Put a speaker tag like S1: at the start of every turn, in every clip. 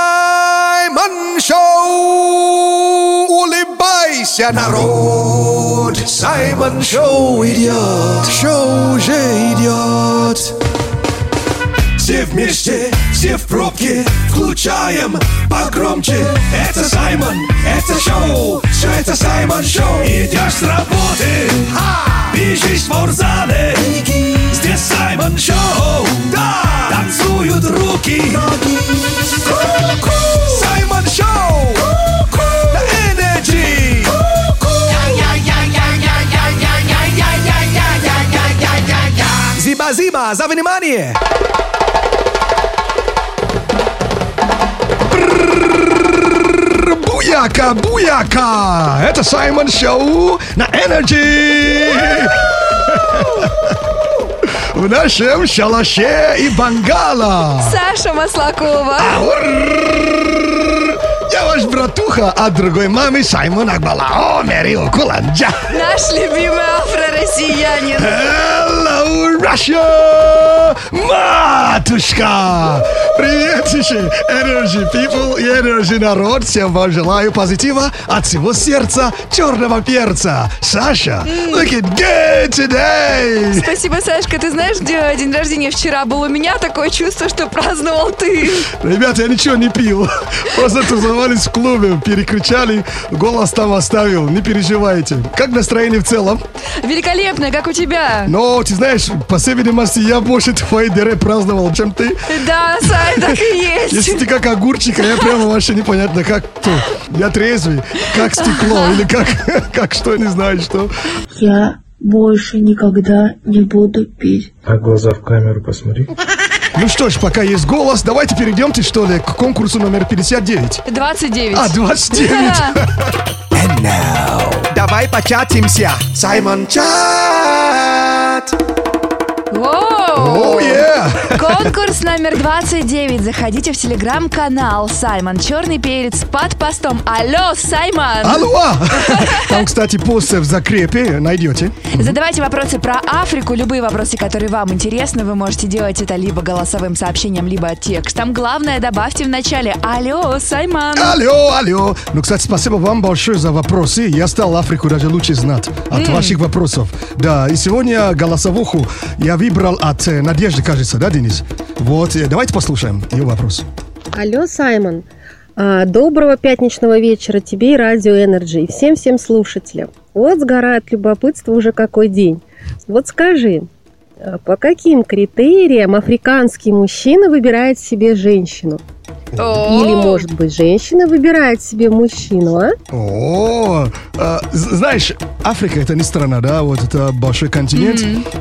S1: Саймон Шоу! Улыбайся, народ! Саймон Шоу идет! Шоу уже идет! Все вместе, все в пробке, включаем погромче. Это Саймон, это шоу, все это Саймон Шоу. Идешь с работы, бежишь в спортзале. Здесь Саймон Шоу, да, танцуют руки. Ку-ку. Саймон Шоу на Energy. Зиба-зиба, за внимание! Буяка, буяка! Это Саймон Шоу на Energy! В нашем шалаше и бангала!
S2: Саша Маслакова.
S1: Я ваш братуха от другой мамы Саймон Акбала. О, Мерил Куланджа!
S2: Наш любимый афро-россиянин.
S1: Hello, Russia! Матушка! Привет, еще Energy People и Energy народ. Всем вам желаю позитива от всего сердца черного перца. Саша, look at good today!
S2: Спасибо, Сашка. Ты знаешь, где день рождения вчера был у меня? Такое чувство, что праздновал ты.
S1: Ребята, я ничего не пил. Просто тусовались в клубе, перекричали, голос там оставил. Не переживайте. Как настроение в целом?
S2: Великолепно, как у тебя?
S1: Но, ты знаешь, по всей видимости, я больше твои дыры праздновал, чем ты.
S2: Да, Сань, так и есть.
S1: Если ты как огурчик, а я прямо вообще непонятно, как кто. Я трезвый, как стекло, или как, как что, не знаю что.
S3: Я больше никогда не буду пить.
S4: А глаза в камеру посмотри.
S1: Ну что ж, пока есть голос, давайте перейдемте, что ли, к конкурсу номер 59.
S2: 29.
S1: А, 29. Давай початимся. Саймон Чат.
S2: Воу.
S1: О, е.
S2: Конкурс номер 29. Заходите в телеграм-канал Саймон Черный Перец под постом. Алло, Саймон!
S1: Алло. Там, кстати, пост в закрепе найдете.
S2: Задавайте вопросы про Африку. Любые вопросы, которые вам интересны, вы можете делать это либо голосовым сообщением, либо текстом. Главное, добавьте в начале «Алло, Саймон!»
S1: Алло, алло. Ну, кстати, спасибо вам большое за вопросы. Я стал Африку даже лучше знать от ваших вопросов. Да, и сегодня голосовуху я выбрал от э, Надежды, кажется, да, Денис? Вот, э, давайте послушаем ее вопрос.
S5: Алло, Саймон. А, Доброго пятничного вечера тебе и Радио Энерджи, и всем-всем слушателям. Вот сгорает любопытство уже какой день. Вот скажи, а, по каким критериям африканский мужчина выбирает себе женщину?
S2: О,
S5: Или, может быть, женщина выбирает себе мужчину, а?
S1: О, э, з- знаешь, Африка это не страна, да, вот это большой континент.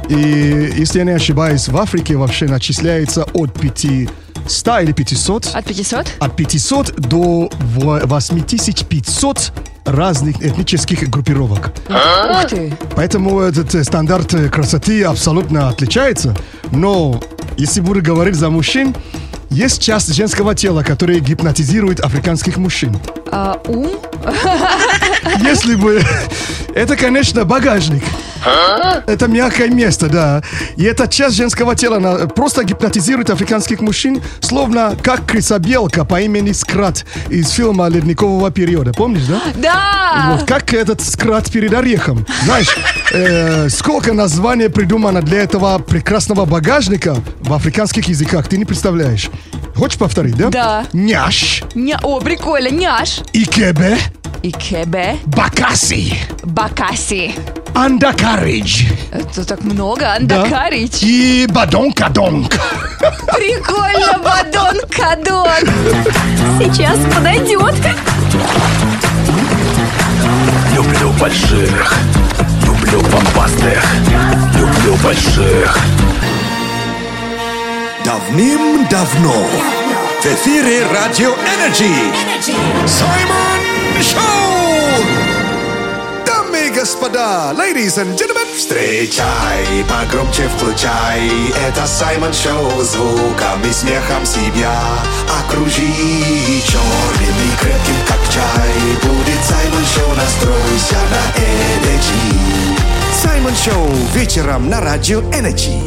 S1: И, если я не ошибаюсь, в Африке вообще начисляется от 500 или 500
S2: От 500?
S1: от 500 до во- 8500 разных этнических группировок. А?
S2: Ух ты!
S1: Поэтому этот э, стандарт э, красоты абсолютно отличается. Но если буду говорить за мужчин, есть часть женского тела, которая гипнотизирует африканских мужчин.
S2: А, ум?
S1: Если бы... Это, конечно, багажник. Это мягкое место, да. И эта часть женского тела она просто гипнотизирует африканских мужчин, словно как крысобелка по имени Скрат из фильма «Ледникового периода». Помнишь, да?
S2: Да!
S1: Вот как этот скрат перед орехом. Знаешь, э, сколько названий придумано для этого прекрасного багажника в африканских языках, ты не представляешь. Хочешь повторить, да?
S2: Да.
S1: Няш,
S2: Ня- О, прикольно! Няш!
S1: Икебе,
S2: Икебе
S1: Бакаси,
S2: Бакаси.
S1: Андакаридж
S2: Это так много,
S1: да?
S2: Андакарич.
S1: и Бадонкадонг.
S2: Прикольно, Бадон Кадон. Сейчас подойдет.
S6: Люблю больших, люблю бомбастых, люблю больших.
S7: Давным-давно в эфире Радио Энерджи Саймон Шоу! Дамы и господа, ladies and gentlemen, встречай, погромче включай. Это Саймон Шоу, звуком и смехом себя окружи. Черным и крепким, как чай, будет Саймон Шоу, настройся на Energy. Саймон Шоу вечером на Радио Energy.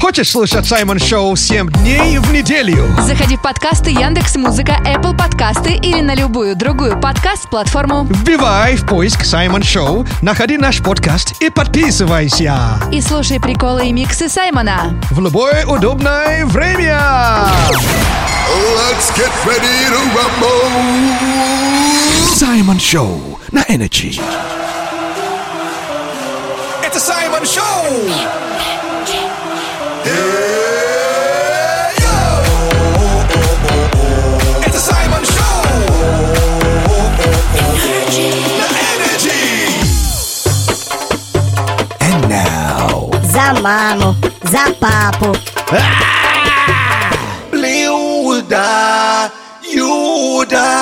S1: Хочешь слушать Саймон Шоу 7 дней в неделю?
S2: Заходи в подкасты Яндекс Музыка, Apple Подкасты или на любую другую подкаст-платформу.
S1: Вбивай в поиск Саймон Шоу, находи наш подкаст и подписывайся
S2: И слушай приколы и миксы Саймона.
S1: в любое удобное время.
S7: Let's get ready to rumble.
S6: Саймон Шоу на Энерджи.
S7: Это Саймон Шоу! Это Саймон Шоу! На Energy!
S8: За маму, за папу.
S7: Блюда, юда.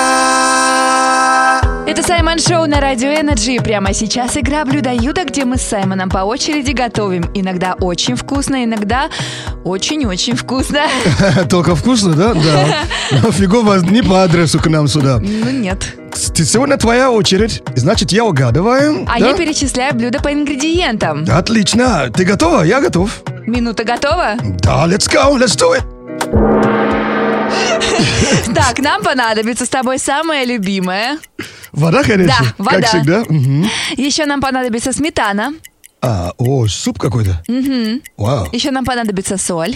S2: Это Саймон Шоу на Радио Энерджи. Прямо сейчас игра «Блюдо-юдо», где мы с Саймоном по очереди готовим. Иногда очень вкусно, иногда очень-очень вкусно.
S1: Только вкусно, да? Да. Но фигово не по адресу к нам сюда.
S2: Ну нет.
S1: Ты- Сегодня твоя очередь, значит, я угадываю.
S2: А
S1: да?
S2: я перечисляю блюда по ингредиентам.
S1: Отлично. Ты готова? Я готов.
S2: Минута готова?
S1: Да, let's go, let's do it.
S2: Так, нам понадобится с тобой самое любимое.
S1: Вода, конечно.
S2: Да, вода.
S1: Как всегда. Мгм.
S2: Еще нам понадобится сметана.
S1: А, о, суп какой-то. Вау.
S2: Еще нам понадобится соль.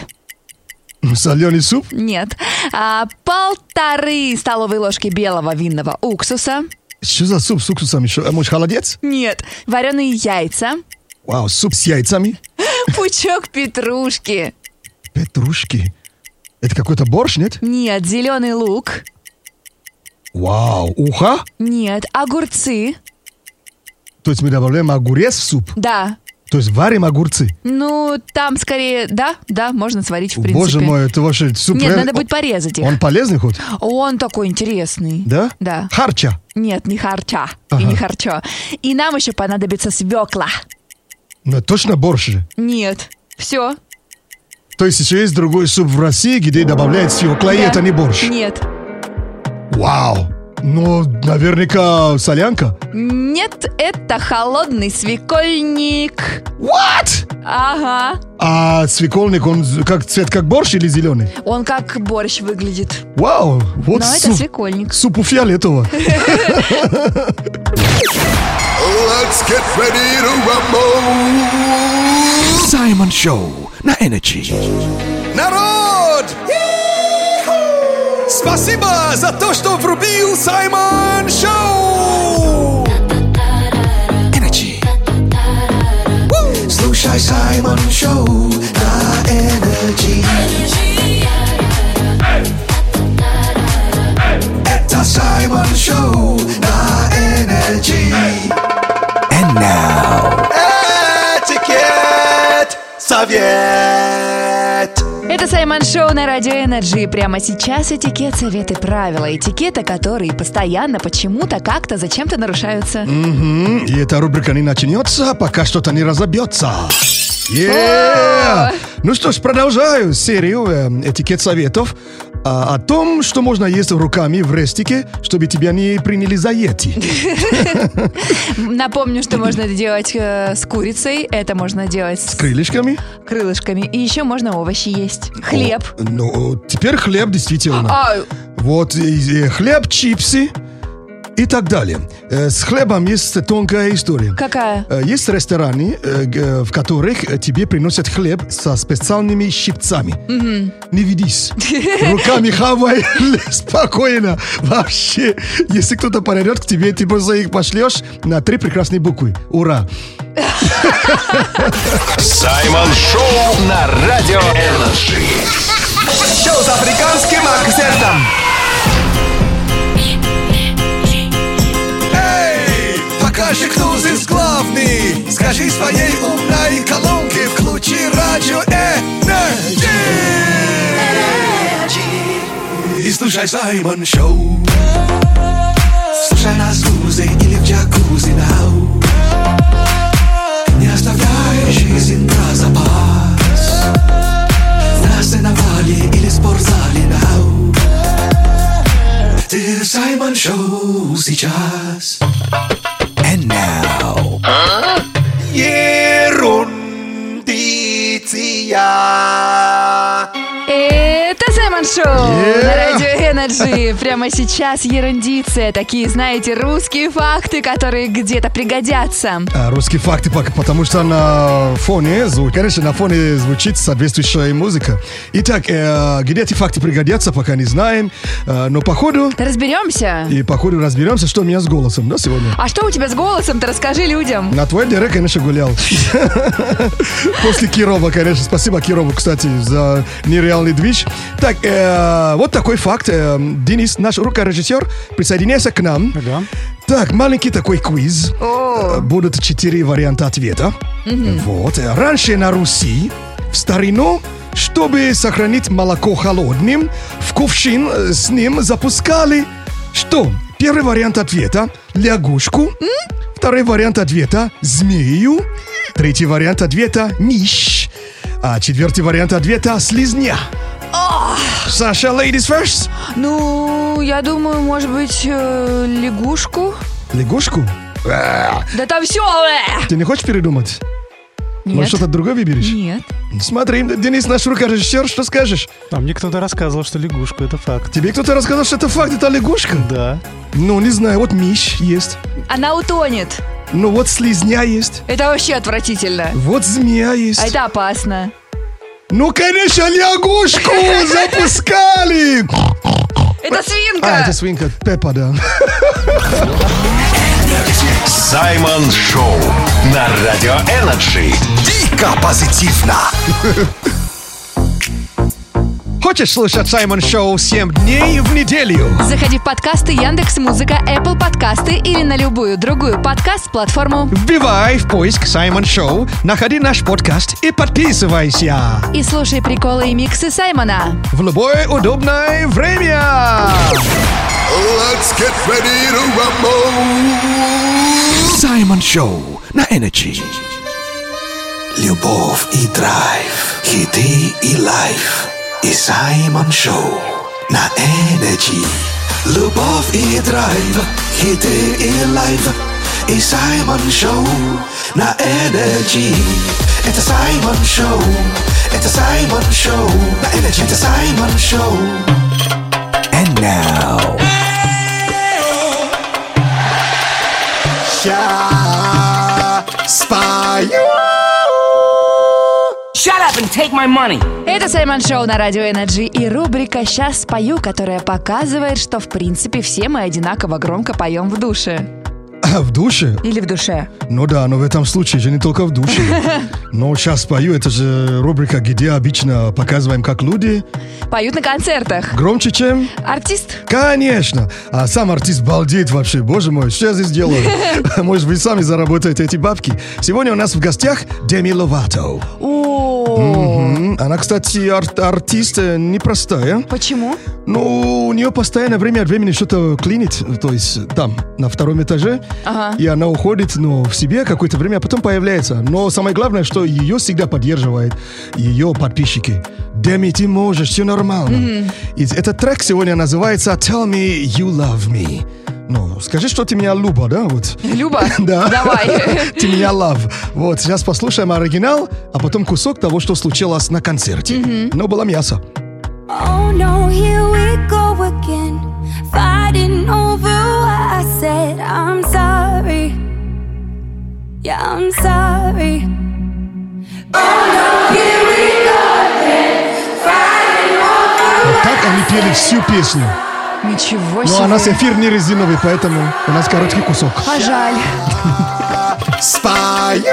S1: Соленый суп?
S2: Нет. А, полторы столовые ложки белого винного уксуса.
S1: Что за суп с уксусом еще? А, Может, холодец?
S2: Нет. Вареные яйца.
S1: Вау, суп с яйцами?
S2: Пучок петрушки.
S1: Петрушки. Это какой-то борщ, нет?
S2: Нет. Зеленый лук.
S1: Вау, уха?
S2: Нет. Огурцы.
S1: То есть мы добавляем огурец в суп?
S2: Да.
S1: То есть варим огурцы?
S2: Ну, там скорее... Да, да, можно сварить, в принципе.
S1: Боже мой, это вообще суп...
S2: Нет,
S1: реально-
S2: надо будет порезать их.
S1: Он полезный хоть?
S2: Он такой интересный.
S1: Да?
S2: Да.
S1: Харча.
S2: Нет, не харча.
S1: Ага.
S2: И не харчо. И нам еще понадобится свекла.
S1: Но Ну, точно борщ же.
S2: Нет. Все.
S1: То есть еще есть другой суп в России, где добавляют свекла, и А это не борщ.
S2: Нет.
S1: Вау. Ну, наверняка солянка.
S2: Нет, это холодный свекольник.
S1: What?
S2: Ага.
S1: А свекольник, он з- как цвет как борщ или зеленый?
S2: Он как борщ выглядит.
S1: Вау, вот
S2: Но это
S1: суп,
S2: свекольник.
S1: суп у фиолетового.
S7: Let's get ready to rumble.
S6: Саймон Шоу на Энерджи.
S7: Народ! Йи-ху! Спасибо за то, что врубил Саймон Шоу!
S6: Энерджи.
S7: Слушай Саймон Шоу на Energy. Это Саймон Шоу на Energy.
S6: And now.
S7: Этикет совет.
S2: Это Саймон Шоу на Радио Энерджи. Прямо сейчас этикет, советы, правила этикета, которые постоянно почему-то как-то зачем-то нарушаются.
S1: Мгм, Mm-hmm. И эта рубрика не начнется, пока что-то не разобьется. Yeah! Ну что ж, продолжаю серию э, этикет советов а, о том, что можно есть руками в рестике, чтобы тебя не приняли за ети.
S2: Напомню, что можно делать э, с курицей, это можно делать с
S1: Крылышками.
S2: крылышками. И еще можно овощи есть. Хлеб.
S1: О, ну, теперь хлеб действительно.
S2: А,
S1: Вот и, э, хлеб, чипсы и так далее. Э, С хлебом есть тонкая история.
S2: какая?
S1: Э, Есть рестораны, э, г- э, в которых э, тебе приносят хлеб со специальными щипцами. Не ведись. Руками хавай спокойно. Вообще, если кто-то подойдет к тебе, ты просто их пошлешь на три прекрасные буквы. Ура!
S6: Саймон Шоу на Радио Энерджи.
S7: Шоу с африканским акцентом. Эй, покажи, кто здесь главный. Скажи своей умной колонке, включи радио Energy. И слушай Саймон Шоу. Слушай нас в лузе или в джакузи now. Не оставляй жизнь на запас. На сеновале или спортзале now. Ты Саймон Шоу сейчас.
S6: And now.
S7: Ерундиция.
S2: Шоу на Радио Energy. Прямо сейчас ерундиция. Такие, знаете, русские факты, которые где-то пригодятся.
S1: А, русские факты, пок- потому что на фоне звук, конечно, на фоне звучит соответствующая музыка. Итак, э, где эти факты пригодятся, пока не знаем, Э, но походу
S2: Разберемся.
S1: и походу разберемся, что у меня с голосом, да, сегодня.
S2: А что у тебя с голосом-то? Расскажи людям.
S1: На твой дыре, конечно, гулял. После Кирова, конечно. Спасибо Кирову, кстати, за нереальный движ. Так, э, вот такой факт. Э, Денис, наш рукорежиссер, присоединяйся к нам.
S9: Да.
S1: Так, маленький такой квиз. Э, Будут четыре варианта ответа. Вот. Э, Раньше на Руси в старину, чтобы сохранить молоко холодным, в кувшин э, с ним запускали что? Первый вариант ответа – лягушку. Второй вариант ответа – змею. Третий вариант ответа – нищ. А четвертый вариант ответа – слизня. Саша, ladies first.
S2: Ну, я думаю, может быть, э, лягушку?
S1: Лягушку?
S2: Да там все!
S1: Ты не хочешь передумать? Может,
S2: Нет.
S1: что-то другое выберешь?
S2: Нет.
S1: Смотри, Денис, наш рукорежиссер, что скажешь?
S9: А мне кто-то рассказывал, что лягушку это факт.
S1: Тебе кто-то рассказал, что это факт, это лягушка?
S9: Да.
S1: Ну, не знаю, вот миш есть,
S2: Она утонет.
S1: ну вот слизня есть,
S2: Это вообще отвратительно.
S1: вот змея есть.
S2: А это опасно.
S1: Ну, конечно, лягушку запускали!
S2: Это свинка!
S1: А, это свинка Пеппа, да.
S6: Саймон Шоу на Радио Энерджи.
S7: Дико позитивно.
S1: Хочешь слушать Саймон Шоу 7 дней в неделю?
S2: Заходи в подкасты Яндекс Музыка, Apple Подкасты или на любую другую подкаст-платформу.
S1: Вбивай в поиск Саймон Шоу, находи наш подкаст и подписывайся
S2: И слушай приколы и миксы Саймона.
S1: в любое удобное время.
S7: Let's get ready to rumble.
S6: Саймон Шоу на Энерджи.
S7: Любовь и драйв, хиты и лайф. И Саймон Шоу на Энерджи. Любовь и драйв, хиты и лайф. И Саймон Шоу на Энерджи. Это Саймон Шоу, это Саймон Шоу на Энерджи. Это Саймон Шоу.
S6: And now.
S2: Это Саймон Шоу на Радио Энерджи и рубрика «Сейчас спою», которая показывает, что в принципе все мы одинаково громко поем в душе.
S1: А, в душе?
S2: Или в душе.
S1: Ну да, но в этом случае же не только в душе. Но сейчас пою, это же рубрика, где обычно показываем, как люди
S2: Поют на концертах.
S1: громче, чем...
S2: Артист?
S1: Конечно! А сам артист балдеет вообще. Боже мой, что я здесь делаю? Может, вы сами заработаете эти бабки? Сегодня у нас в гостях Деми Ловато.
S2: О,
S1: М, Она, кстати, ар- артист э, непростая.
S2: Почему?
S1: Ну, у нее постоянно время от времени что-то клинит, то есть там, на втором этаже,
S2: Ага.
S1: и она уходит, но в себе какое-то время, а потом появляется. Но самое главное, что ее всегда поддерживает ее подписчики. Деми, ты можешь, все нормально. И этот трек сегодня называется «Tell me you love me». Ну, скажи, что ты меня люба, да, вот.
S2: Люба,
S1: Да.
S2: давай.
S1: Ты меня лав. Вот, сейчас послушаем оригинал, а потом кусок того, что случилось на концерте. Но было мясо.
S10: Oh no, here we go again. Fighting over what I said. I'm sorry. Yeah, I'm sorry.
S1: Вот так они пели всю песню.
S2: Ничего
S1: Но у
S2: себе.
S1: Ну, а нас эфир не резиновый, поэтому у нас короткий кусок.
S2: А жаль.
S7: Спаю.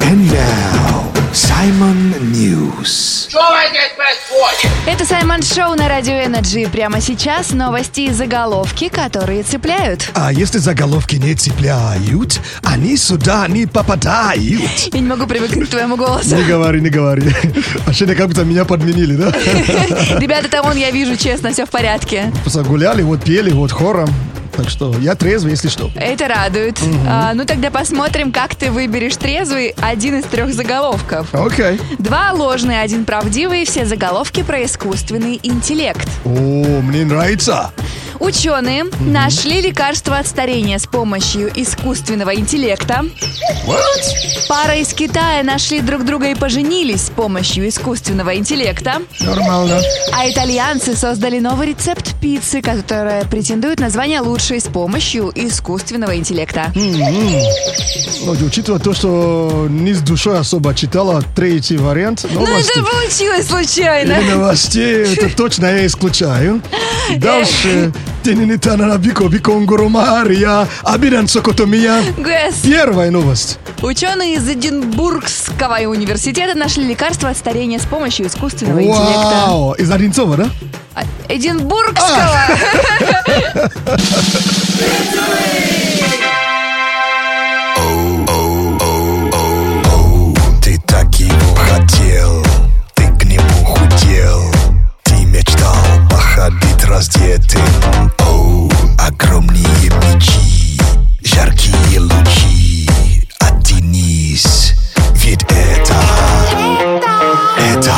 S7: And now, Simon News.
S2: Это Саймон Шоу на Радио Энерджи. Прямо сейчас новости и заголовки, которые цепляют.
S1: А если заголовки не цепляют, они сюда не попадают.
S2: Я не могу привыкнуть к твоему голосу.
S1: Не говори, не говори. Вообще, как будто меня подменили, да?
S2: Ребята, там он, я вижу, честно, все в порядке.
S1: Просто гуляли, вот пели, вот хором. Так что я трезвый, если что.
S2: Это радует. А, ну тогда посмотрим, как ты выберешь трезвый один из трех заголовков.
S1: Окей.
S2: Два ложные, один правдивый, все заголовки про искусственный интеллект.
S1: О, мне нравится.
S2: Ученые нашли лекарство от старения с помощью искусственного интеллекта. Пара из Китая нашли друг друга и поженились с помощью искусственного интеллекта.
S1: Нормально.
S2: А итальянцы создали новый рецепт пиццы, которая претендует на звание лучшей с помощью искусственного интеллекта.
S1: М-м. Ну, учитывая то, что не с душой особо читала третий вариант
S2: Ну, это
S1: новости.
S2: получилось
S1: Или
S2: случайно.
S1: новостей, это точно я исключаю. Дальше. Тенинитана Рабико Биконгуру Мария Абидан Сокотомия.
S2: Гэс.
S1: Первая новость.
S2: Ученые из Эдинбургского университета нашли лекарство от старения с помощью искусственного интеллекта.
S1: Вау! Из Одинцова, да?
S2: А, Эдинбургского!
S7: Ты так его хотел, ты к нему худел, ты мечтал походить раздетым. Оу, огромные мечи, жаркие лучи, оттянись, ведь это, это,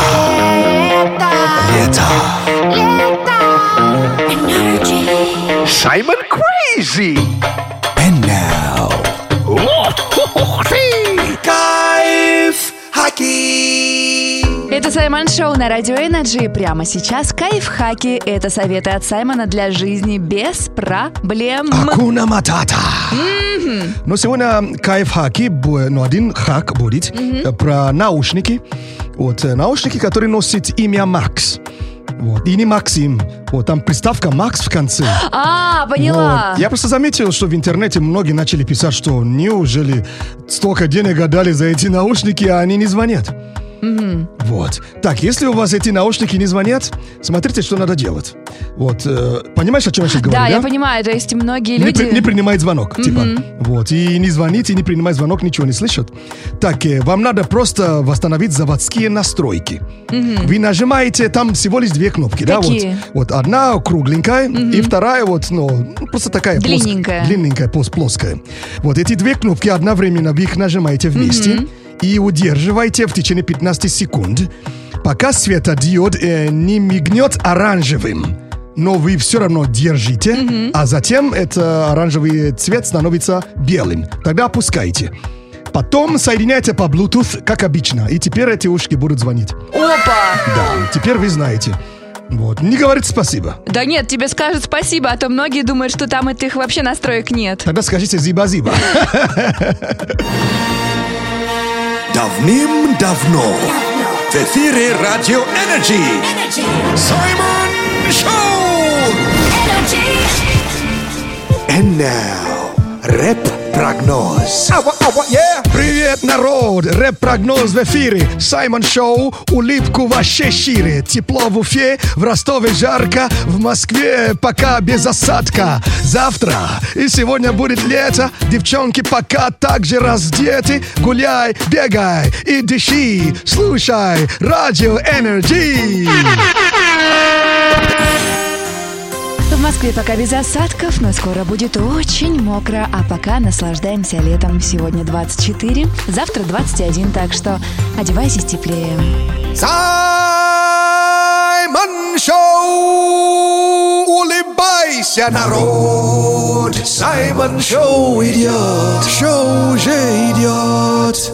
S7: лето.
S6: Саймон Crazy. And now.
S7: Кайф, хаки.
S2: Это Саймон Шоу на Радио Энерджи. Прямо сейчас кайф-хаки. Это советы от Саймона для жизни без проблем.
S1: Акуна Матата. Но сегодня кайф-хаки, бу- ну, один хак будет э, про наушники. Вот, э, наушники, которые носят имя Макс. Вот, и не Максим. Вот, там приставка Макс в конце.
S2: А, поняла.
S1: Вот. Я просто заметил, что в интернете многие начали писать, что неужели столько денег отдали за эти наушники, а они не звонят. Вот. Так, если у вас эти наушники не звонят, смотрите, что надо делать. Вот. э, понимаешь, о чем я сейчас говорю?
S2: Да, я понимаю. То есть многие
S1: не, при- не
S2: люди...
S1: принимает звонок, типа. Вот, и не звонит, и не принимает звонок, ничего не слышит. Так, э, вам надо просто восстановить заводские настройки. Вы нажимаете, там всего лишь две кнопки,
S2: Какие?
S1: да, вот. Вот одна кругленькая, и вторая вот, ну, ну, просто такая плоск-
S2: Длинненькая.
S1: длинненькая, плос- плоская. Вот эти две кнопки одновременно вы их нажимаете вместе и удерживаете в течение 15 секунд, пока светодиод э, не мигнет оранжевым. Но вы все равно держите, а затем этот оранжевый цвет становится белым. Тогда опускайте. Потом соединяйте по Bluetooth, как обычно, и теперь эти ушки будут звонить.
S2: Опа!
S1: Да, теперь вы знаете. Вот, не говорите спасибо.
S2: Да нет, тебе скажут спасибо, а то многие думают, что там этих вообще настроек нет.
S1: Тогда скажите зиба-зиба.
S7: Давным-давно в эфире Радио Энерджи Саймон Шоу! And now, рэп-прогноз.
S1: Привет, народ! Рэп-прогноз в эфире. Саймон Шоу. Улыбку вообще шире. Тепло в Уфе, в Ростове жарко, в Москве пока без осадка. Завтра и сегодня будет лето. Девчонки пока также раздеты. Гуляй, бегай и дыши. Слушай Радио Энерджи.
S2: В Москве пока без осадков, но скоро будет очень мокро. А пока наслаждаемся летом. Сегодня 24, завтра 21, так что одевайтесь теплее.
S7: Саймон Шоу! Улыбайся, народ! Саймон Шоу идет! Шоу уже идет!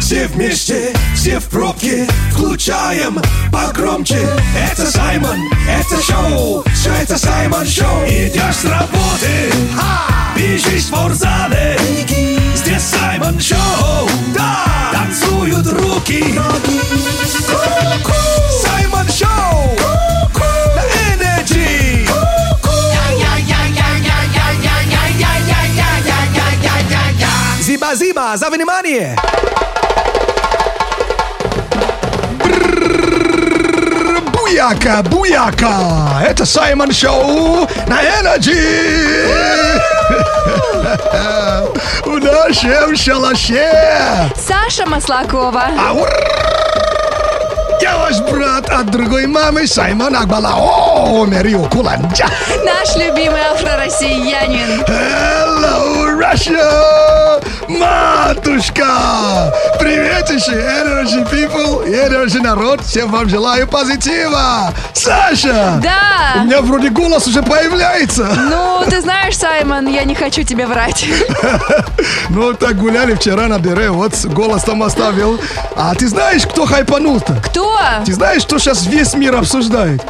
S7: Все вместе, все в пробке, включаем погромче. Это Саймон, это шоу, все это Саймон Шоу. Идешь с работы, бежишь в спортзале. Здесь Саймон Шоу, да, танцуют руки. Ку-ку. Саймон Шоу, на Energy. Зиба-зиба, за внимание!
S1: Буяка, буяка! Это Саймон Шоу на Энерджи! В нашем шалаше!
S2: Саша Маслакова.
S1: Аур! Я ваш брат от другой мамы Саймон Акбала. О, Мерио Куланджа!
S2: Наш любимый афро-россиянин.
S1: Hello, Russia! Матушка! Приветище, Energy People и Energy народ. Всем вам желаю позитива.
S2: А.
S1: Саша!
S2: Да!
S1: У меня вроде голос уже появляется.
S2: Ну, ты знаешь, Саймон, я не хочу тебе врать.
S1: Ну, так гуляли вчера на Бере, вот голос там оставил. А ты знаешь, кто хайпанул-то?
S2: Кто?
S1: Ты знаешь, что сейчас весь мир обсуждает?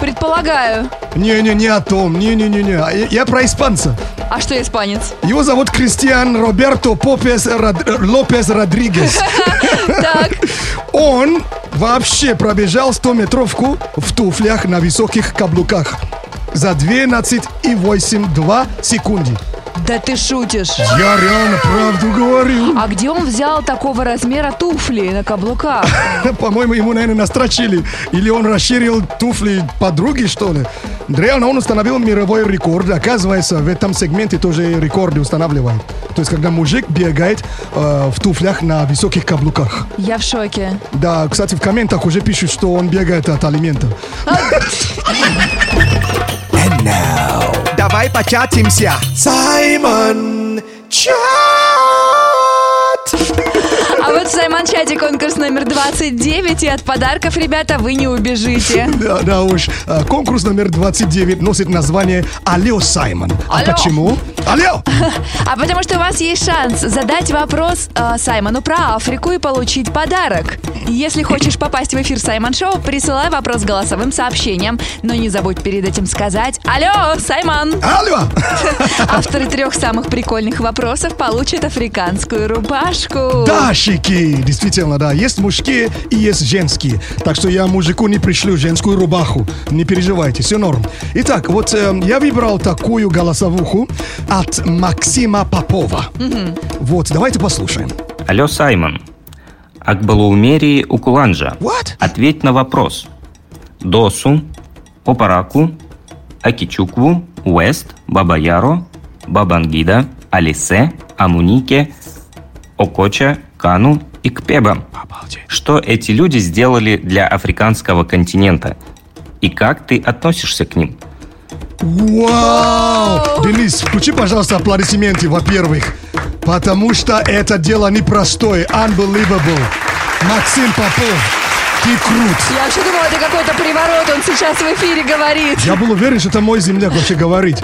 S2: Предполагаю.
S1: Не-не, не о том, не-не-не-не. А Я, я про испанца.
S2: А что испанец?
S1: Его зовут Кристиан Роберто Попес Род- э, Лопес Родригес.
S2: Так.
S1: Он вообще пробежал 100-метровку в туфлях на высоких каблуках за 12,82 секунды.
S2: Да ты шутишь.
S1: Я реально правду говорю.
S2: А где он взял такого размера туфли на каблуках?
S1: По-моему, ему, наверное, настрочили. Или он расширил туфли подруги, что ли. Реально, он установил мировой рекорд. Оказывается, в этом сегменте тоже рекорды устанавливает. То есть, когда мужик бегает э, в туфлях на высоких каблуках.
S2: Я в шоке.
S1: Да, кстати, в комментах уже пишут, что он бегает от алиментов.
S6: Давай початимся.
S7: Саймон Чат.
S2: А вот в Саймон Чате конкурс номер 29, и от подарков, ребята, вы не убежите.
S1: Да, да уж. Э, Конкурс номер 29 носит название «Алло, Саймон». А
S2: Алло.
S1: почему? Алло!
S2: А потому что у вас есть шанс задать вопрос э, Саймону про Африку и получить подарок. Если хочешь попасть в эфир Саймон Шоу, присылай вопрос голосовым сообщением, но не забудь перед этим сказать «Алло, Саймон!».
S1: Алло!
S2: Авторы трех самых прикольных вопросов получат африканскую рубашку.
S1: Да, щеки, действительно, да. Есть мужские и есть женские. Так что я мужику не пришлю женскую рубаху. Не переживайте, все норм. Итак, вот эм, я выбрал такую голосовуху от Максима Попова. Вот, давайте послушаем.
S11: Алло, Саймон. Акбалаумерии Укуланджа.
S1: What?
S7: А
S11: Ответь на вопрос. Досу, Опараку, Акичукву, Уэст, Бабаяро, Бабангида, Алисе, Амунике, Окоча, Кану и Кпеба. Что эти люди сделали для африканского континента? И как ты относишься к ним?
S1: Вау! Денис, включи, пожалуйста, аплодисменты, во-первых. Потому что это дело непростое. Unbelievable. Максим Попов, ты крут.
S2: Я вообще думала, это какой-то приворот, он сейчас в эфире говорит.
S1: Я был уверен, что это мой земляк вообще говорит.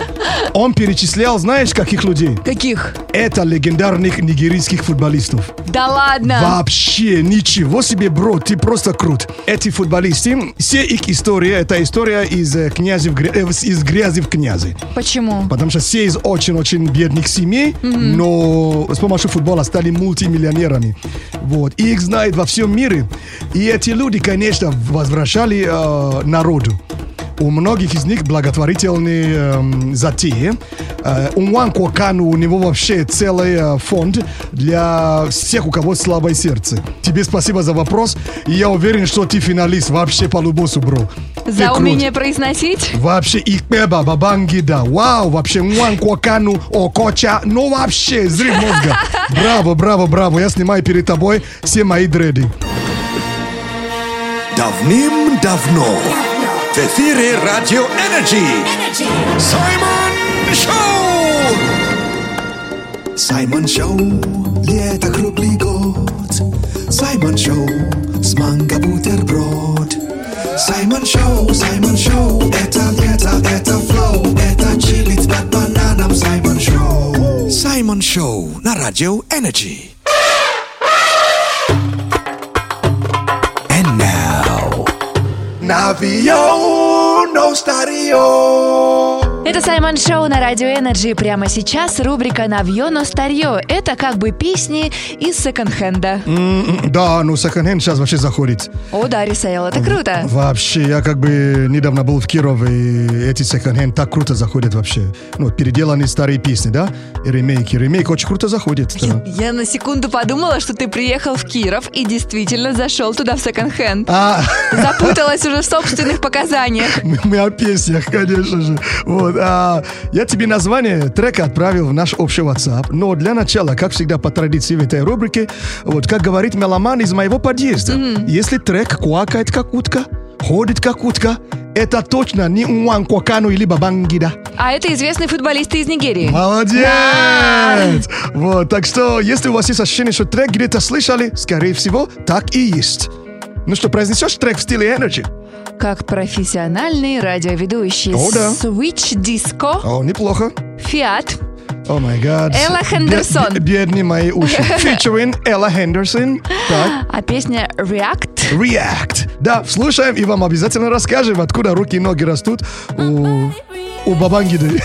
S1: Он перечислял, знаешь, каких людей?
S2: Каких?
S1: Это легендарных нигерийских футболистов.
S2: Да ладно.
S1: Вообще ничего себе, бро, ты просто крут. Эти футболисты, все их история, это история из, э, князи в гря- э, с- из грязи в князи.
S2: Почему?
S1: Потому что все из очень-очень бедных семей,
S2: Мгм.
S1: но с помощью футбола стали мультимиллионерами. Вот. И их знают во всем мире. И эти люди, конечно, возвращали э, народу. У многих из них благотворительные эм, затеи. Э, у Нуанко Кану у него вообще целый э, фонд для всех, у кого слабое сердце. Тебе спасибо за вопрос. И я уверен, что ты финалист вообще по любому, бро. Ты
S2: За
S1: крут.
S2: умение произносить?
S1: Вообще, Икпеба, Бабангида, вау, вообще, Нуанкуакану, Окоча, ну вообще, взрыв мозга. Браво, браво, браво, я снимаю перед тобой все мои дреды.
S7: Давным-давно в эфире Радио Энерджи. Саймон Шоу! Саймон Шоу, лето круглый год. Саймон Шоу, с манго бутерброд. Саймон Шоу, Саймон Шоу, это лето, это флоу, это чилит под бананом Саймон Шоу. Саймон Шоу на Радио Энерджи. Navio no stario.
S2: Это Саймон Шоу на Радио Энерджи. Прямо сейчас рубрика «Навье, но старье». Это как бы песни из секонд-хенда.
S1: М, Да, ну секонд-хенд сейчас вообще заходит.
S2: О, да, ресейл, это круто.
S1: Вообще, я как бы недавно был в Кирове, и эти секонд-хенд так круто заходят вообще. Ну, переделанные старые песни, да? И ремейки. Ремейк очень круто заходит. да.
S2: Я на секунду подумала, что ты приехал в Киров и действительно зашел туда в секонд-хенд.
S1: А,
S2: Запуталась уже в собственных показаниях.
S1: мы, мы о песнях, конечно же. Вот, а, я тебе название трека отправил в наш общий WhatsApp. Но для начала, как всегда по традиции в этой рубрике, вот как говорит меломан из моего подъезда, если трек куакает как утка, ходит как утка, Это точно не Нуанко Кану или Бабангида.
S2: А это известные футболисты из Нигерии.
S1: Молодец! Вот, так что, если у вас есть ощущение, что трек где-то слышали, скорее всего, так и есть. Ну что, произнесешь трек в стиле Energy?
S2: Как профессиональный радиоведущий.
S1: О, да.
S2: Switch Disco,
S1: О, неплохо.
S2: Fiat,
S1: О май гад.
S2: Элла Хендерсон.
S1: Бе- бе- Бедные мои уши. Featuring Элла Хендерсон. Так.
S2: а песня React.
S1: React. Да, слушаем и вам обязательно расскажем, откуда руки и ноги растут у, у Бабангиды.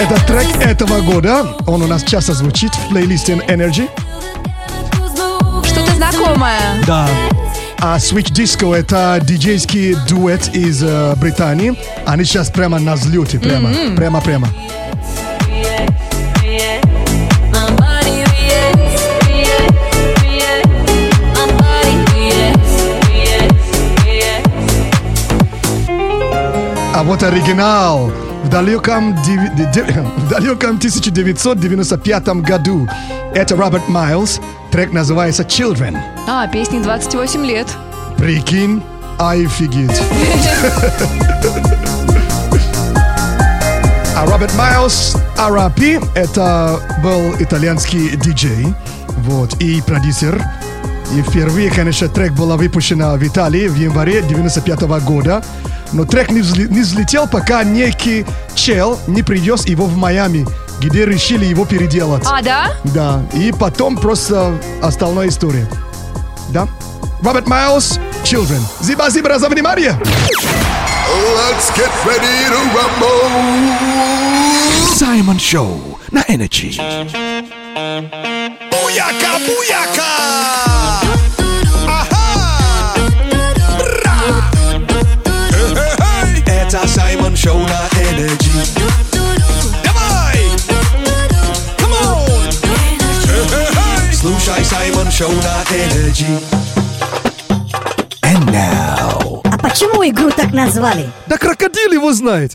S1: Это трек этого года. Он у нас часто звучит в плейлисте Energy.
S2: Что-то знакомое.
S1: Да. А Switch Disco — это диджейский дуэт из э, Британии. Они сейчас прямо на взлете, прямо, прямо-прямо. А вот оригинал в далеком, деви- де- де- в далеком 1995 году. Это Роберт Майлз. Трек называется «Children».
S2: А, песне 28 лет.
S1: Прикинь, офигеть. А Роберт Майлз R.I.P. это был итальянский диджей, вот, и продюсер. И впервые, конечно, трек был выпущен в Италии в январе 95 года. Но трек не, взле- не взлетел, пока некий чел не привез его в Майами, где решили его переделать.
S2: А, да?
S1: Да, и потом просто остальная история. Да? Роберт Майлз, Children. Зиба-зибра за внимание!
S7: Let's get ready to rumble.
S6: Саймон Шоу на Energy.
S7: Буяка, буяка! Ага! Бра! Эхе-хей! Это Саймон Шоу на Energy. Давай! Come on! Эхе-хей! Слушай Саймон Шоу на Energy.
S6: And now.
S8: А почему игру так назвали?
S1: Да крокодил его знает.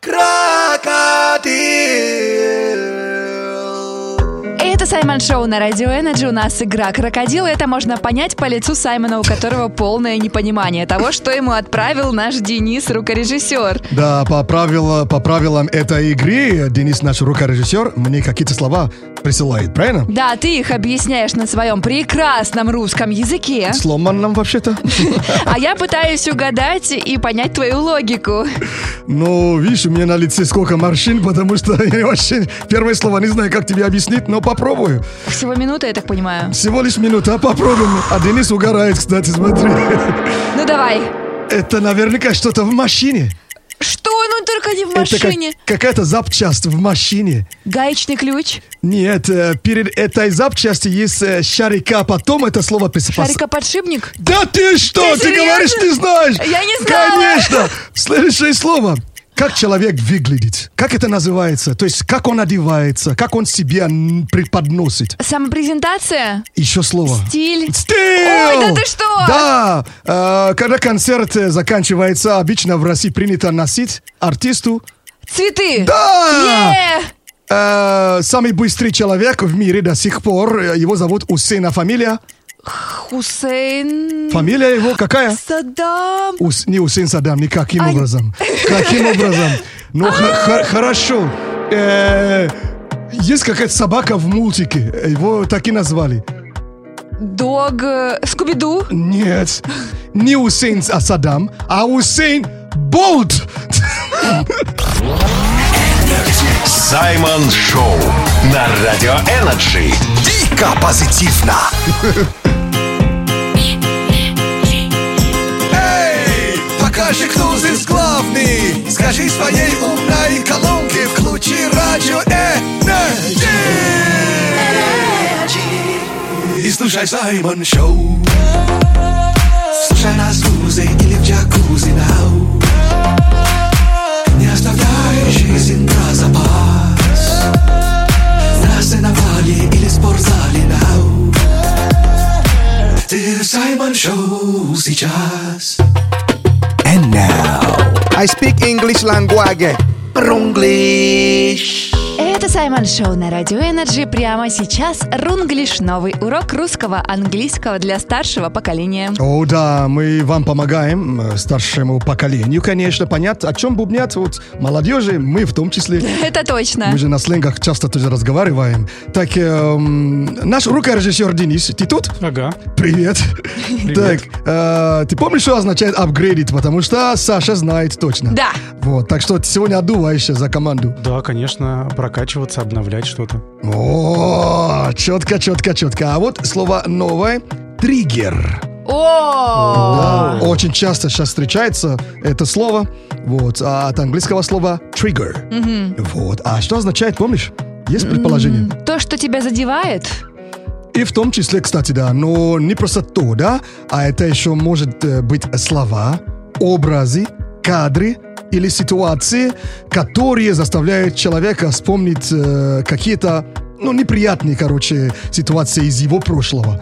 S2: Это Саймон Шоу на Радио Энерджи. У нас игра «Крокодил». Это можно понять по лицу Саймона, у которого полное непонимание того, что ему отправил наш Денис, рукорежиссер.
S1: Да, по, правила- по правилам этой игры Денис, наш рукорежиссер, мне какие-то слова присылает, правильно?
S2: Да, ты их объясняешь на своем прекрасном русском языке,
S1: Сломан нам вообще-то.
S2: а я пытаюсь угадать и понять твою логику.
S1: Ну, видишь, у меня на лице сколько морщин, потому что я вообще первое слово не знаю, как тебе объяснить, но попробую.
S2: Всего минута, я так понимаю.
S1: Всего лишь минута, попробуем. А Денис угорает, кстати, смотри.
S2: Ну давай.
S1: Это наверняка что-то в машине.
S2: Что? Ну только не в
S1: Это как-
S2: машине.
S1: какая-то запчасть в машине.
S2: Гаечный ключ,
S1: Нет, э, перед этой запчасти есть э, шарика, потом это слово пос- пос-
S2: шарикоподшипник.
S1: Да ты что?
S2: Ты
S1: Ты,
S2: серьезно?
S1: говоришь, ты знаешь?
S2: Я не знала.
S1: Конечно. Следующее слово. Как человек выглядит? Как это называется? То есть, как он одевается? Как он себя м, преподносит?
S2: Самопрезентация,
S1: Еще слово.
S2: стиль.
S1: Стиль!
S2: Ой, да ты что?
S1: Да, э, когда концерт э, заканчивается, обычно в России принято носить артисту.
S2: Цветы.
S1: Да!
S2: Е!
S1: Э, самый быстрый человек в мире до сих пор, э, его зовут Усейна фамилия.
S2: Хусейн.
S1: Фамилия его какая?
S2: Саддам.
S1: Ус- не Усейн Саддам, никаким образом. Каким образом? Ну, хо- хо- хорошо. Э, Есть какая-то собака в мультике. э, Его так и назвали.
S2: Дог. э, Скуби-Ду.
S1: Нет. Не Усейн а Саддам, а Усейн Болт.
S12: Саймон Шоу на Радио Энерджи.
S7: Дико позитивно. Эй, покажи, кто здесь главный. Скажи своей умной колонке, включи радио Energy. И слушай Саймон Шоу. Слушай нас в лузе или в джакузи now. Не оставляй жизнь на запас. На сеновале или спортзале now. Ты в Саймон Шоу сейчас.
S6: And now.
S13: I speak English language.
S7: English.
S2: Это Саймон Шоу на Радио Энерджи. Прямо сейчас Рунглиш – новый урок русского английского для старшего поколения.
S1: О, да, мы вам помогаем, э, старшему поколению, конечно, понятно, о чем бубнят вот молодежи, мы в том числе.
S2: Это точно.
S1: Мы же на сленгах часто тоже разговариваем. Так, эм, наш рукорежиссер Денис, ты тут?
S9: Ага.
S1: Привет.
S9: Привет.
S1: Так, э, ты помнишь, что означает апгрейдить? Потому что Саша знает точно.
S2: Да.
S1: Вот, так что ты сегодня отдуваешься за команду.
S9: Да, конечно, прокачиваться, обновлять что-то.
S1: О, четко, четко, четко. А вот слово новое – триггер.
S2: О!
S1: Да, очень часто сейчас встречается это слово, вот, а от английского слова trigger.
S2: Мгм.
S1: Вот, а что означает, помнишь? Есть предположение?
S2: То, что тебя задевает,
S1: И в том числе, кстати, да, но не просто то, да, а это еще может э, быть слова, образы, кадры или ситуации, которые заставляют человека вспомнить э, какие-то, ну, неприятные, короче, ситуации из его прошлого.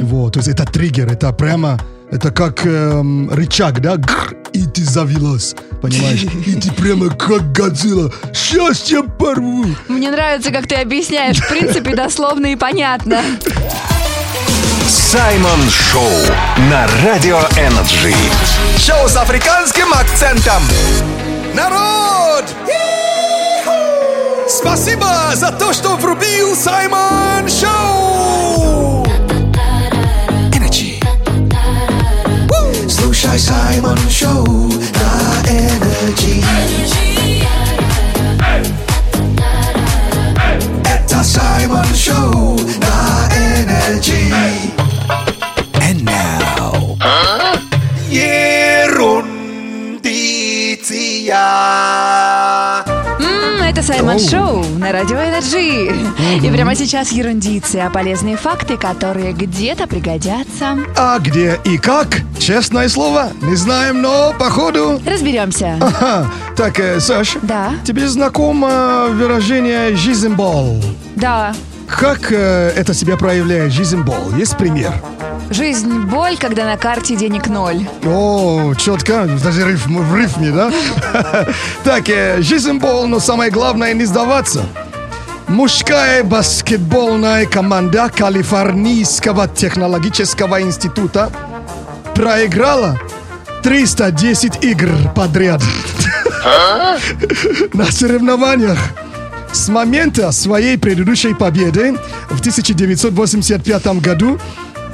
S1: Вот, то есть это триггер, это прямо, это как эм, рычаг, да, Гр, и ты завелась, понимаешь? И ты прямо как Годзилла, сейчас я порву.
S2: мне нравится, как ты объясняешь, в принципе, дословно и понятно.
S12: Саймон Шоу на Радио Энерджи.
S7: Шоу с африканским акцентом. Народ! Йи-ху! Спасибо за то, что врубил Саймон Шоу!
S6: Energy.
S7: Слушай Саймон Шоу на Энерджи. Это Саймон Шоу на Энерджи.
S6: And now.
S7: Ерундиция.
S2: М, Это Саймон
S7: Оу.
S2: Шоу на Радио Энерджи. И прямо сейчас ерундицы, а полезные факты, которые где-то пригодятся.
S1: А где и как? Честное слово, не знаем, но походу...
S2: Разберемся.
S1: Ага. Так, э, Саш,
S2: Да,
S1: тебе знакомо выражение «жизимбол»?
S2: да.
S1: Как э, это себя проявляет «жизимбол»? Есть пример?
S2: Жизнь – боль, когда на карте денег ноль.
S1: О, четко, даже рифм, в рифме, да? Так, э, «жизимбол», но самое главное не сдаваться. Мужская баскетбольная команда Калифорнийского технологического института проиграла 310 игр подряд
S2: А?
S1: на соревнованиях. С момента своей предыдущей победы в 1985 году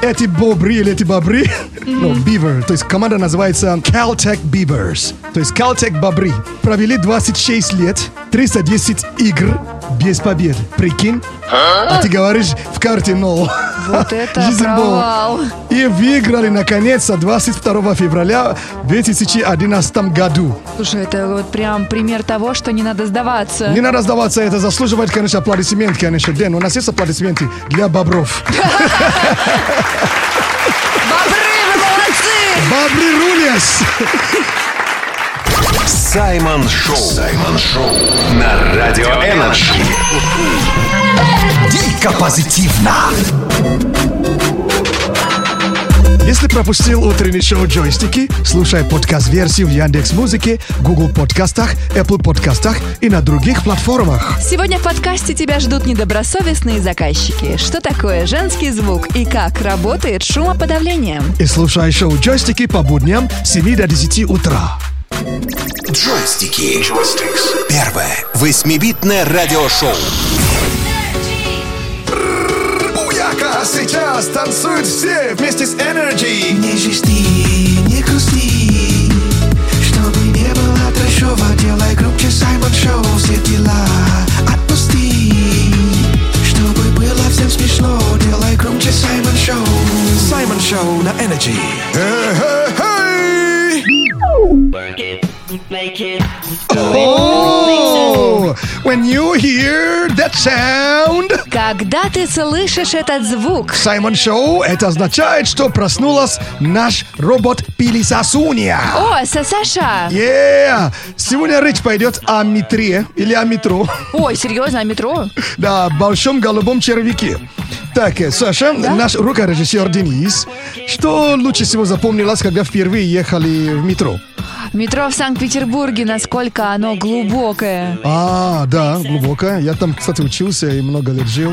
S1: эти бобры или эти бобры, ну, Beaver, то есть команда называется Caltech Beavers, то есть Caltech Бобры, провели 26 лет, 310 игр без побед. Прикинь? А ты говоришь в карте нол.
S2: Вот это
S1: Жизнь была.
S2: провал.
S1: И выиграли наконец 22 февраля 2011 году.
S2: Слушай, это вот прям пример того, что не надо сдаваться.
S1: Не надо сдаваться, это заслуживает, конечно, а аплодисмент, конечно, Дэн. У нас есть аплодисменты для бобров.
S2: Бобры, вы молодцы!
S1: Бобры рулес!
S12: Саймон Шоу. Саймон Шоу на Радио Энерджи.
S6: Дико позитивно.
S1: Если пропустил утренний шоу «Джойстики», слушай подкаст-версию в Яндекс Музыке, Google подкастах, Apple подкастах и на других платформах.
S2: Сегодня в подкасте тебя ждут недобросовестные заказчики. Что такое женский звук и как работает шумоподавление?
S1: И слушай шоу «Джойстики» по будням с 7 до 10 утра.
S6: Джойстики. Первое. Восьмибитное радиошоу.
S7: Буяка! Сейчас танцуют все вместе с Energy.
S13: Не жести, не грусти, чтобы не было трэшово, делай громче Саймон Шоу, все дела отпусти, чтобы было всем смешно, делай громче Саймон Шоу, Саймон Шоу на Energy.
S1: Oh, when you hear that sound,
S2: Когда ты слышишь этот звук?
S1: Саймон Шоу, это означает, что проснулась наш робот Пилисасуния.
S2: О, Са- Саша!
S1: Yeah! Сегодня речь пойдет о метре или о метро.
S2: Ой, серьезно, а метро?
S1: Да, большом голубом червяке. Так, э, Саша, наш рукорежиссер Денис, что лучше всего запомнилось, когда впервые ехали в метро?
S2: Метро в Санкт-Петербурге, насколько оно глубокое.
S1: А, да, глубокое. Я там, кстати, учился и много лет жил.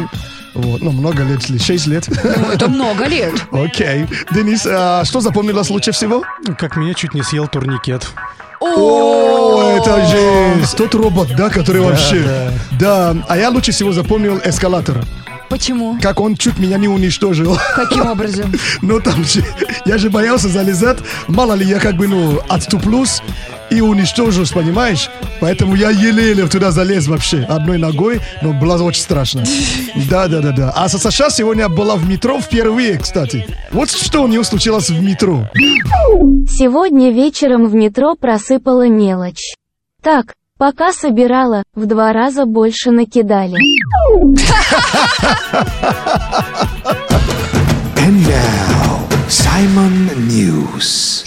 S1: Вот, ну, много лет, ли- шесть лет.
S2: Ну, это много лет.
S1: Окей. Денис, а что запомнилось лучше всего?
S9: Как меня чуть не съел турникет.
S1: О, это жесть! Тот робот, да, который
S9: Да,
S1: вообще... Да, а я лучше всего запомнил эскалатор.
S2: Почему?
S1: Как он чуть меня не уничтожил.
S2: Каким образом?
S1: Ну там же, я же боялся залезать, мало ли я как бы, ну, отступлюсь и уничтожусь, понимаешь? Поэтому я еле-еле туда залез вообще, одной ногой, но было очень страшно. Да-да-да-да. А со Саша сегодня была в метро впервые, кстати. Вот что у нее случилось в метро.
S14: Сегодня вечером в метро просыпала мелочь. Так, пока собирала, в два раза больше накидали.
S13: And now, Simon News.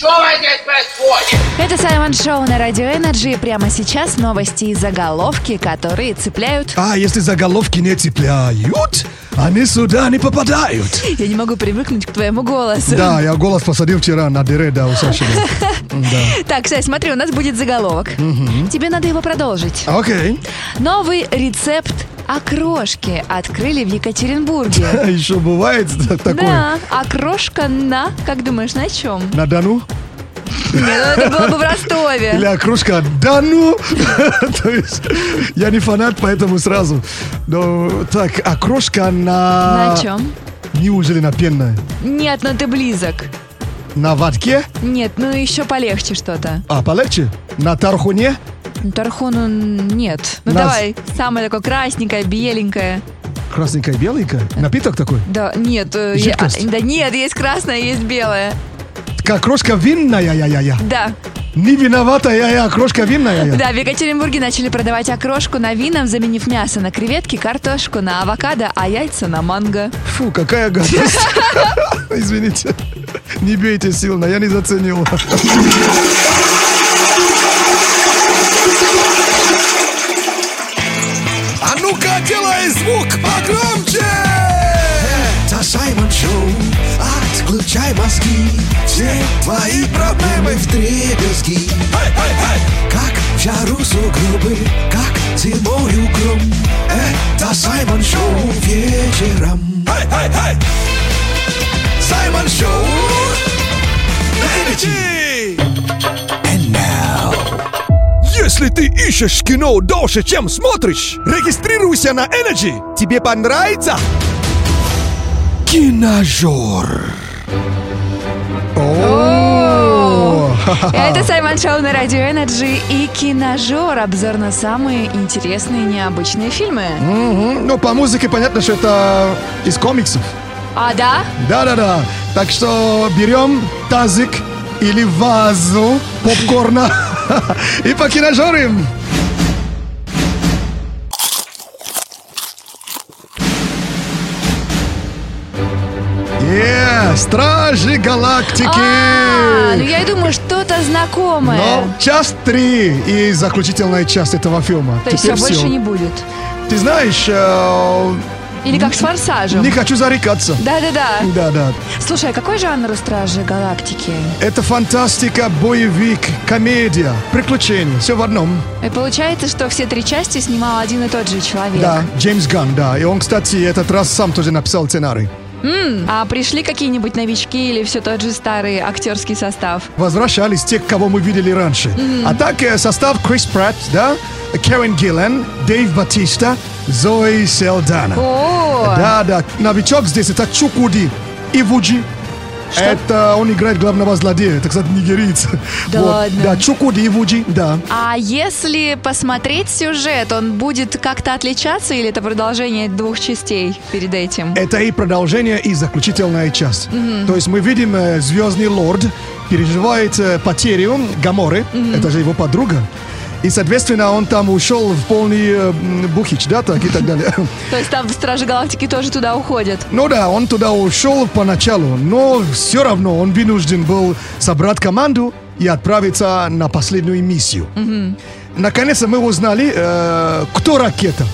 S2: Это Саймон Шоу на Радио Энерджи. И Прямо сейчас новости и заголовки, которые цепляют...
S1: А если заголовки не цепляют, они сюда не попадают.
S2: Я не могу привыкнуть к твоему голосу.
S1: Да, я голос посадил вчера на дыре, да, у Саши. Да.
S2: Так, Сай, смотри, у нас будет заголовок.
S1: Мгм. А.
S2: Тебе надо его продолжить.
S1: Окей.
S2: Новый рецепт окрошки открыли в Екатеринбурге.
S1: Еще бывает такое.
S2: Да, окрошка на, как думаешь, на чем?
S1: На Дону?
S2: Нет, ну это было бы в Ростове.
S1: Или окружка «Да ну!» То есть я не фанат, поэтому сразу. Но, так, окружка на...
S2: На чем?
S1: Неужели на пенной?
S2: Нет, ну ты близок.
S1: На ватке?
S2: Нет, ну еще полегче что-то.
S1: А, полегче? На тархуне?
S2: Тархуну нет. Ну
S1: Нас-
S2: давай, самое такое красненькое, беленькое.
S1: Красненькая и беленькая? Напиток такой?
S2: Да, нет, э, я-
S1: Жидкость?
S2: да нет, есть красное, есть белое.
S1: Как окрошка винная, я, я, я.
S2: Да.
S1: Не виновата, я, я, окрошка винная, я.
S2: Да, в Екатеринбурге начали продавать окрошку на винам, заменив мясо на креветки, картошку на авокадо, а яйца на манго.
S1: Фу, какая гадость. Извините. Не бейте сильно, я не заценил.
S13: А ну-ка, делай звук погромче! Это Саймон Шоу, отключай мозги, все твои проблемы в дребезги. Как в жару сугробы, как зимою гром, это Саймон Шоу вечером. Саймон Шоу на Energy!
S7: Если ты ищешь кино дольше, чем смотришь, регистрируйся на Energy. Тебе понравится? Киножор.
S2: Это Саймон Шоу на Радио Энерджи и Киножор. Обзор на самые интересные и необычные фильмы.
S1: Мгм. Ну, по музыке понятно, что это из комиксов.
S2: А, да?
S1: Да-да-да. Так что берем тазик или вазу попкорна и покиножорим. Е, Стражи
S2: А, ну
S1: Галактики!
S2: я и думаю, что-то знакомое.
S1: Но час три и заключительная часть этого фильма.
S2: То есть
S1: Теперь
S2: всё, больше
S1: всё.
S2: не будет.
S1: Ты знаешь... э,
S2: Или как с «Форсажем».
S1: Не хочу зарекаться.
S2: Да-да-да.
S1: Да-да.
S2: Слушай, а какой жанр у «Стражи Галактики»?
S1: Это фантастика, боевик, комедия, приключения. Все в одном.
S2: И получается, что все три части снимал один и тот же человек.
S1: Да, Джеймс Ганн, да. И он, кстати, этот раз сам тоже написал сценарий.
S2: М, а пришли какие-нибудь новички или все тот же старый актерский состав?
S1: Возвращались те, кого мы видели раньше. А так э, состав Крис Пратт, да, Кевин Гиллен, Дэйв Батиста, Зои Селдана.
S2: О!
S1: Да, да. Новичок здесь это Чукуди Ивуджи. Это он играет главного злодея, это, кстати, нигериец.
S2: Да ладно?
S1: Да, Чукуди Ивуджи, да.
S2: А если посмотреть сюжет, он будет как-то отличаться или это продолжение двух частей перед этим?
S1: Это и продолжение, и заключительная часть. То есть мы видим э, звездный лорд переживает э, потерю Гаморы, это же его подруга. И, соответственно, он там ушел в полный э, м, бухич, да, так и так далее.
S2: То есть там в Страже Галактики тоже туда уходят?
S1: Ну да, он туда ушел поначалу, но все равно он вынужден был собрать команду и отправиться на последнюю миссию.
S2: Мгм.
S1: Наконец-то мы узнали, э, кто ракета.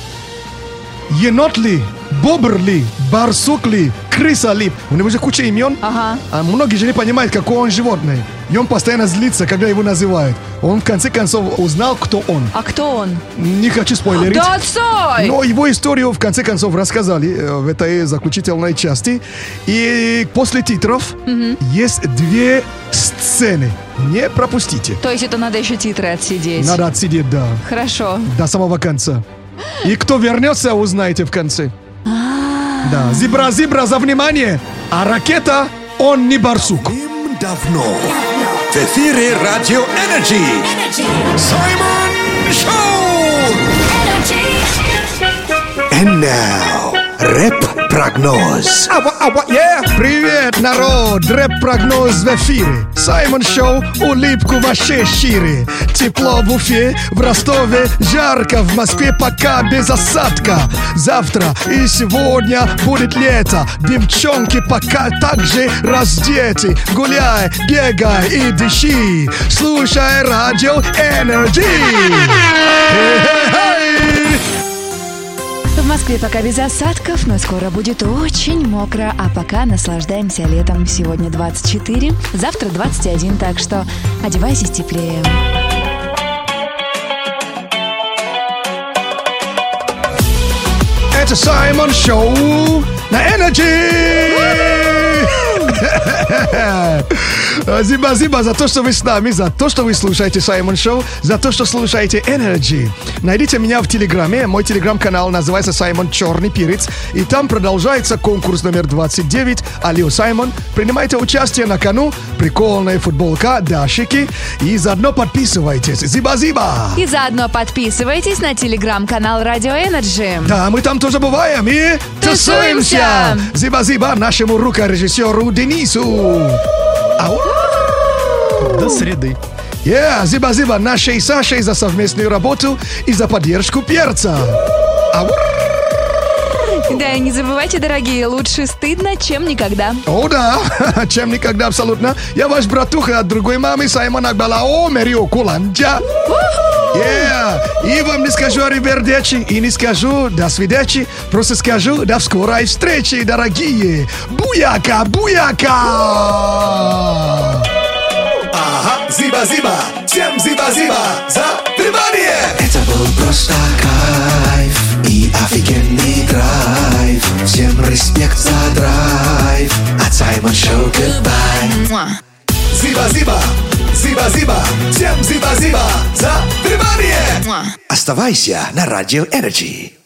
S1: Енот ли Бобр ли, барсук ли, крыса ли. У него же куча имен. Ага. А многие же не понимают, какое он животное. И он постоянно злится, когда его называют. Он в конце концов узнал, кто он.
S2: А кто он?
S1: Не хочу спойлерить.
S2: Да отстой!
S1: Но его историю в конце концов рассказали э, в этой заключительной части. И после титров есть две сцены. Не пропустите.
S2: То есть это надо еще титры отсидеть.
S1: Надо отсидеть, да.
S2: Хорошо.
S1: До самого конца. И кто вернется, узнаете в конце. Да, зебра, зебра, за внимание! А ракета, он не барсук.
S7: Давно. В эфире Радио Энерджи. Саймон Шоу!
S6: And now, рэп-прогноз.
S1: Ава, ава, yeah! Привет, народ! Рэп-прогноз в эфире. Саймон Шоу, улыбку вообще шире. Тепло в Уфе, в Ростове, жарко. В Москве пока без осадка. Завтра и сегодня будет лето. Девчонки пока также раздеты. Гуляй, бегай и дыши. Слушай радио Энерджи.
S2: В Москве пока без осадков, но скоро будет очень мокро. А пока наслаждаемся летом. Сегодня 24, завтра 21, так что одевайтесь теплее.
S1: Это Саймон Шоу на Energy! Спасибо, спасибо за то, что вы с нами, за то, что вы слушаете Саймон Шоу, за то, что слушаете Energy. Найдите меня в Телеграме. Мой Телеграм-канал называется Саймон Черный Перец. И там продолжается конкурс номер 29 Алио Саймон. Принимайте участие на кону. Прикольная футболка, дашики. И заодно подписывайтесь. Зиба-зиба!
S2: И заодно подписывайтесь на телеграм-канал Радио Энерджи.
S1: Да, мы там тоже бываем и
S2: Тусуемся!
S1: тусуемся! Зиба-зиба нашему рукорежиссеру Денису! Ау!
S9: До среды.
S1: Yeah, зиба-зиба нашей Сашей за совместную работу и за поддержку перца! Ау!
S2: Да и не забывайте, дорогие, лучше стыдно, чем никогда.
S1: О, да, чем никогда абсолютно. Я ваш братуха от другой мамы Саймон Акбалао, Мерио Куланджа. Yeah. И вам не скажу аривердечи, и не скажу до свидечи, просто скажу до скорой встречи, дорогие. Буяка, буяка!
S7: Ага, зиба-зиба, всем зиба-зиба за внимание! Это был просто кайф и офигенный драйв. Всем респект за драйв. От Саймон Шоу goodbye. Зиба-зиба, зиба-зиба, всем зиба-зиба за внимание! Оставайся на Радио Энерджи.